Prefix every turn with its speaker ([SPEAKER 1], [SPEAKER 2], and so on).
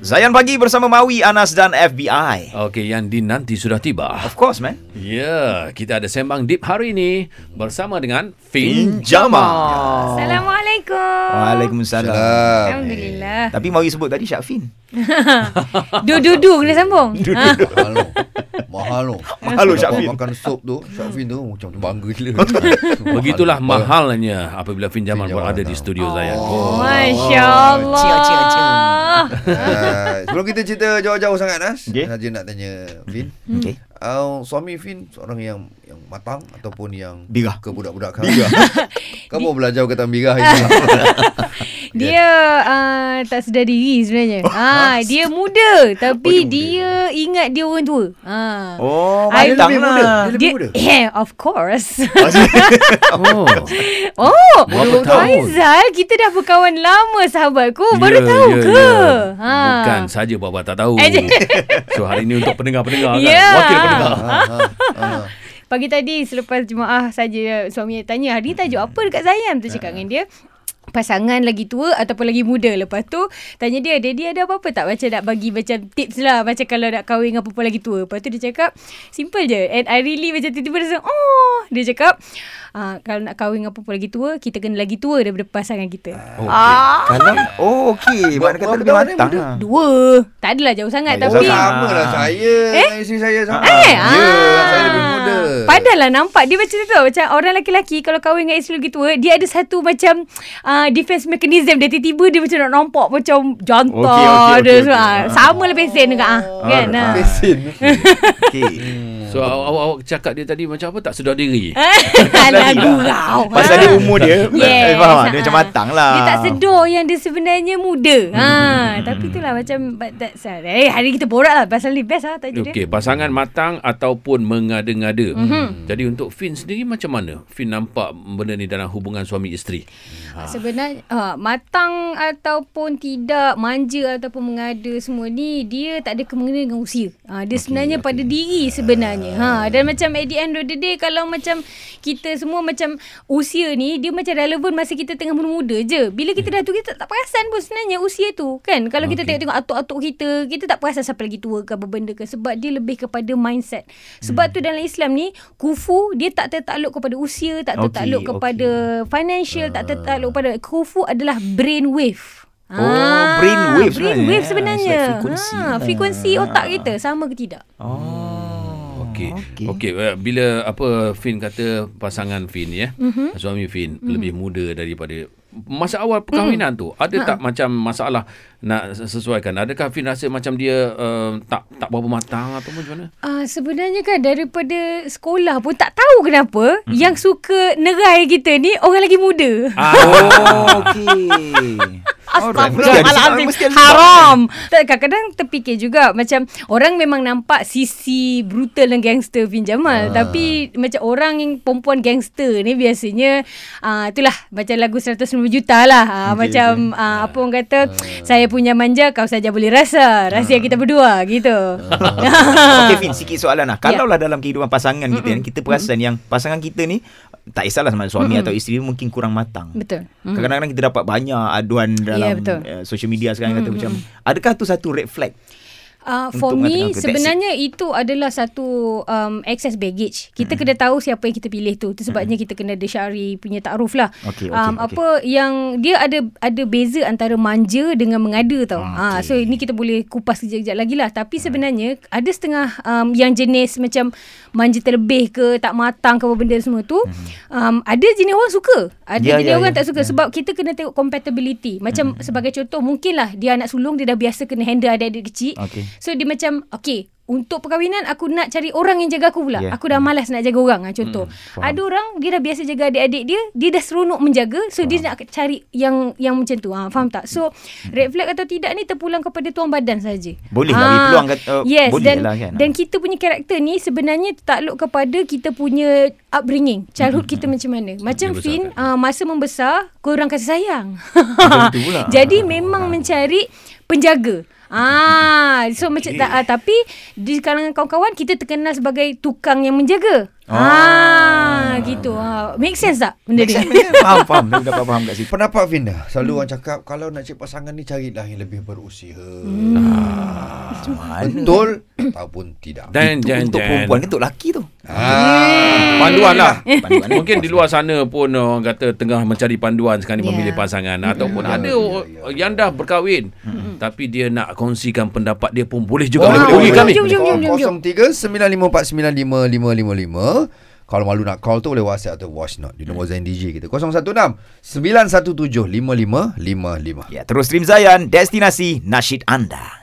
[SPEAKER 1] Zayan Pagi bersama Mawi, Anas dan FBI.
[SPEAKER 2] Okey, yang dinanti sudah tiba.
[SPEAKER 1] Of course, man.
[SPEAKER 2] Ya, yeah, kita ada sembang deep hari ini bersama dengan Fin
[SPEAKER 3] Oh.
[SPEAKER 1] Pinjama.
[SPEAKER 4] Assalamualaikum.
[SPEAKER 1] Waalaikumsalam.
[SPEAKER 4] Alhamdulillah.
[SPEAKER 1] Tapi Mawi sebut tadi Syafin.
[SPEAKER 4] Du du du kena sambung. Ha?
[SPEAKER 3] Mahal tu Mahal tu
[SPEAKER 1] Mahal tu, Syafin.
[SPEAKER 3] Abang makan sup tu Syafin tu oh, macam bangga gila
[SPEAKER 2] Begitulah mahalnya apabila Fin Jamal
[SPEAKER 3] Fin Jamal
[SPEAKER 2] berada di
[SPEAKER 3] tahu.
[SPEAKER 2] studio Zayan.
[SPEAKER 3] Oh.
[SPEAKER 4] Masya Allah.
[SPEAKER 5] Cia, cia, cia.
[SPEAKER 3] Ah, Sebelum kita cerita jauh-jauh sangat Nas
[SPEAKER 1] Okey. Hmm.
[SPEAKER 3] Saja nak tanya Fin
[SPEAKER 1] Okey.
[SPEAKER 4] Hmm.
[SPEAKER 3] uh, Suami Fin seorang yang yang matang Ataupun yang
[SPEAKER 1] Bigah.
[SPEAKER 3] Kebudak-budak Bigah Kamu belajar kata bigah ini
[SPEAKER 4] Dia uh, tak sedar diri sebenarnya. Ah, dia muda tapi
[SPEAKER 3] Oh, dia muda.
[SPEAKER 4] dia ingat dia orang tua. Ah.
[SPEAKER 1] Oh,
[SPEAKER 4] I-
[SPEAKER 1] matang
[SPEAKER 3] Dia lebih muda.
[SPEAKER 1] lah.
[SPEAKER 3] Dia lebih
[SPEAKER 4] Dia,
[SPEAKER 3] muda
[SPEAKER 4] yeah, of course.
[SPEAKER 2] Oh.
[SPEAKER 4] Oh,
[SPEAKER 2] Berapa tahun?
[SPEAKER 4] Faizal, kita dah berkawan lama sahabatku. Oh, Baru
[SPEAKER 2] Ya,
[SPEAKER 4] tahu
[SPEAKER 2] ya,
[SPEAKER 4] ke? Ha. Ah.
[SPEAKER 2] ya. Bukan saja bapak tak tahu.
[SPEAKER 4] Eh, je-
[SPEAKER 2] So hari ini untuk pendengar-pendengar
[SPEAKER 4] Ya.
[SPEAKER 2] kan. Wakil pendengar.
[SPEAKER 3] Ah, ah, ah.
[SPEAKER 4] Pagi tadi selepas jemaah saja suami tanya hari ni tajuk apa dekat Zayan tu cakap dengan dia pasangan lagi tua ataupun lagi muda. Lepas tu tanya dia, Daddy ada apa-apa tak macam nak bagi macam tips lah macam kalau nak kahwin dengan perempuan lagi tua. Lepas tu dia cakap simple je and I really macam tiba-tiba rasa oh dia cakap ah, kalau nak kahwin dengan perempuan lagi tua kita kena lagi tua daripada pasangan kita.
[SPEAKER 2] Oh,
[SPEAKER 1] Kalau oh okey, buat kata lebih
[SPEAKER 3] Berapa tahun dia
[SPEAKER 1] matang.
[SPEAKER 3] muda?
[SPEAKER 1] lah.
[SPEAKER 4] Dua. Tak adalah jauh sangat
[SPEAKER 1] Tak jauh
[SPEAKER 4] tapi
[SPEAKER 1] sangat.
[SPEAKER 3] Sama lah saya dengan Isteri saya sama
[SPEAKER 1] Ah,
[SPEAKER 4] Eh,
[SPEAKER 3] Ya Saya lebih muda
[SPEAKER 4] Padahal lah nampak dia macam tu. Macam orang lelaki-lelaki kalau kahwin dengan isteri lagi tua, dia ada satu macam uh, defense mechanism. Dia tiba-tiba dia macam nak nampak macam jantan.
[SPEAKER 1] Okey, okey, okey,
[SPEAKER 4] dia
[SPEAKER 1] okey.
[SPEAKER 4] semua. Ah, Sama lah pesen dengan ah. Kan?
[SPEAKER 1] Alright.
[SPEAKER 4] ah.
[SPEAKER 3] Pesin
[SPEAKER 1] Okey.
[SPEAKER 2] So awak, awak- awak cakap dia tadi macam apa tak sedar diri.
[SPEAKER 4] Eh, Alah, gurau.
[SPEAKER 1] Pasal dia umur dia.
[SPEAKER 4] Yes.
[SPEAKER 1] eh, faham tak? Dia
[SPEAKER 4] Ah.
[SPEAKER 1] macam matang lah.
[SPEAKER 4] Dia tak sedar yang dia sebenarnya muda. Ha, tapi itulah macam but that's eh hari kita borak lah pasal ni best lah tajuk dia.
[SPEAKER 2] Okey, pasangan matang ataupun mengada-ngada.
[SPEAKER 4] Mhm.
[SPEAKER 2] Jadi untuk Fin sendiri macam mana? Fin nampak benda ni dalam hubungan suami isteri.
[SPEAKER 4] Sebenarnya ha, matang ataupun tidak, manja ataupun mengada semua ni dia tak ada kemengena dengan usia. Ha, dia okay, sebenarnya okay. pada diri sebenarnya. Ha dan macam at the end of the day kalau macam kita semua macam usia ni dia macam relevan masa kita tengah muda-muda je. Bila kita dah tu kita tak, tak perasan pun sebenarnya usia tu kan. Kalau kita tengok-tengok atuk-atuk kita, kita tak perasan siapa lagi tua ke apa benda ke sebab dia lebih kepada mindset. Sebab tu dalam Islam ni kufu dia tak tertakluk kepada usia, tak
[SPEAKER 1] Okey,
[SPEAKER 4] tertakluk
[SPEAKER 1] okey.
[SPEAKER 4] kepada Uh, financial
[SPEAKER 1] Ah.
[SPEAKER 4] tak tertakluk pada kufu adalah brain wave. Ah,
[SPEAKER 1] Oh, brain wave
[SPEAKER 4] brain
[SPEAKER 1] sebenarnya. Ah,
[SPEAKER 4] wave
[SPEAKER 1] It's
[SPEAKER 4] sebenarnya.
[SPEAKER 1] like frekuensi
[SPEAKER 4] ha,
[SPEAKER 1] lah.
[SPEAKER 4] frekuensi otak kita sama ke tidak?
[SPEAKER 1] Oh.
[SPEAKER 2] Okey. Okey, okay. uh, bila apa Fin kata pasangan Fin ya, mm-hmm. suami Fin mm-hmm. lebih muda daripada masa awal perkahwinan mm. tu, ada tak macam masalah nak sesuaikan? Adakah Fin rasa macam dia uh, tak tak berapa matang atau macam mana?
[SPEAKER 4] Ah sebenarnya kan daripada sekolah pun tak tahu kenapa hmm. yang suka nerai kita ni orang lagi muda.
[SPEAKER 1] Oh, okey.
[SPEAKER 4] Astagfirullahalazim.
[SPEAKER 1] Mesti ada sebab.
[SPEAKER 4] Haram. Tak kadang-kadang terfikir juga macam orang memang nampak sisi brutal dan gangster Fin
[SPEAKER 1] Ah.
[SPEAKER 4] Jamal tapi macam orang yang perempuan gangster ni biasanya ah itulah macam lagu 190 juta lah. Ah, macam ah, apa orang kata
[SPEAKER 1] Ah.
[SPEAKER 4] saya punya manja kau saja boleh rasa. Rahsia kita berdua gitu.
[SPEAKER 1] Okey Fin, sikit soalan lah.
[SPEAKER 4] Ya.
[SPEAKER 1] Kalaulah dalam kehidupan pasangan kita ni, kita perasan yang pasangan kita ni tak kisahlah sama ada suami atau isteri mungkin kurang matang.
[SPEAKER 4] Betul. Mm.
[SPEAKER 1] Kadang-kadang kita dapat banyak aduan
[SPEAKER 4] Ya,
[SPEAKER 1] dalam
[SPEAKER 4] betul.
[SPEAKER 1] uh, social media sekarang kata macam adakah tu satu red flag?
[SPEAKER 4] Uh, for
[SPEAKER 1] Untuk
[SPEAKER 4] me
[SPEAKER 1] mengatakan proteksi.
[SPEAKER 4] sebenarnya itu adalah satu um, excess baggage. Kita
[SPEAKER 1] Hmm.
[SPEAKER 4] kena tahu siapa yang kita pilih tu. Itu sebabnya kita kena ada syari punya takruf lah.
[SPEAKER 1] Okey, okey,
[SPEAKER 4] um,
[SPEAKER 1] okey.
[SPEAKER 4] apa yang dia ada ada beza antara manja dengan mengada tau. Ah, so ini kita boleh kupas kejap-kejap lagi lah.
[SPEAKER 1] Hmm.
[SPEAKER 4] Tapi sebenarnya ada setengah um, yang jenis macam manja terlebih ke tak matang ke apa benda semua tu. Um, ada jenis orang suka. Ada
[SPEAKER 1] Hmm. Ya,
[SPEAKER 4] jenis
[SPEAKER 1] ya,
[SPEAKER 4] orang
[SPEAKER 1] ya. Hmm.
[SPEAKER 4] tak suka sebab kita kena tengok compatibility. Macam sebagai contoh mungkinlah dia anak sulung dia dah biasa kena handle adik-adik kecil.
[SPEAKER 1] Okey.
[SPEAKER 4] So dia macam Okay untuk perkahwinan aku nak cari orang yang jaga aku pula.
[SPEAKER 1] Yeah.
[SPEAKER 4] Yeah. Aku dah malas nak jaga orang ah contoh.
[SPEAKER 1] Hmm,
[SPEAKER 4] Mm, Ada orang dia dah biasa jaga adik-adik dia, dia dah seronok menjaga. So dia nak cari yang yang macam tu. Ha faham tak? So red flag atau tidak ni terpulang kepada tuan badan saja.
[SPEAKER 1] Hmm. Boleh lah, bagi peluang kat- uh,
[SPEAKER 4] yes,
[SPEAKER 1] boleh
[SPEAKER 4] dan,
[SPEAKER 1] lah kan.
[SPEAKER 4] Dan kita punya karakter ni sebenarnya takluk kepada kita punya upbringing. Childhood
[SPEAKER 1] Mm-hmm.
[SPEAKER 4] kita macam mana. Macam
[SPEAKER 2] Dia
[SPEAKER 4] Finn
[SPEAKER 2] besarkan.
[SPEAKER 4] uh, masa membesar kurang kasih sayang.
[SPEAKER 1] tu pula. Ah.
[SPEAKER 4] Jadi memang mencari penjaga. Ah, so macam ta, ah, tapi di kalangan kawan-kawan kita terkenal sebagai tukang yang menjaga. Ah, gitu. Ah, make sense tak benda
[SPEAKER 1] Make
[SPEAKER 4] ni?
[SPEAKER 1] sense, make sense. Faham, faham. Dia dapat faham kat situ.
[SPEAKER 3] Pendapat Finda Selalu orang cakap Kalau nak cari pasangan ni Carilah yang lebih berusia
[SPEAKER 2] Ah,
[SPEAKER 1] Macam mana?
[SPEAKER 3] Betul Ataupun tidak
[SPEAKER 2] Dan
[SPEAKER 1] Itu
[SPEAKER 2] dan
[SPEAKER 1] untuk
[SPEAKER 2] dan.
[SPEAKER 1] perempuan ke untuk lelaki tu?
[SPEAKER 3] ah.
[SPEAKER 2] Panduan lah.
[SPEAKER 1] Panduan.
[SPEAKER 2] Mungkin di luar sana pun orang kata tengah mencari panduan sekarang ni
[SPEAKER 4] Ya.
[SPEAKER 2] memilih pasangan ataupun
[SPEAKER 3] Ya,
[SPEAKER 2] ada
[SPEAKER 3] ya,
[SPEAKER 2] o-
[SPEAKER 3] ya.
[SPEAKER 2] yang dah berkahwin tapi dia nak kongsikan pendapat dia pun
[SPEAKER 1] Oh,
[SPEAKER 2] boleh
[SPEAKER 3] Boleh,
[SPEAKER 2] juga
[SPEAKER 3] boleh,
[SPEAKER 2] boleh
[SPEAKER 3] boleh.
[SPEAKER 2] hubungi kami.
[SPEAKER 4] Jom, jom, jom, jom, jom.
[SPEAKER 3] 0395495555. Kalau malu nak call tu boleh WhatsApp atau watch not di nombor Zain DJ kita 016 917 5555.
[SPEAKER 1] Ya, terus stream Zayan, destinasi nasyid anda.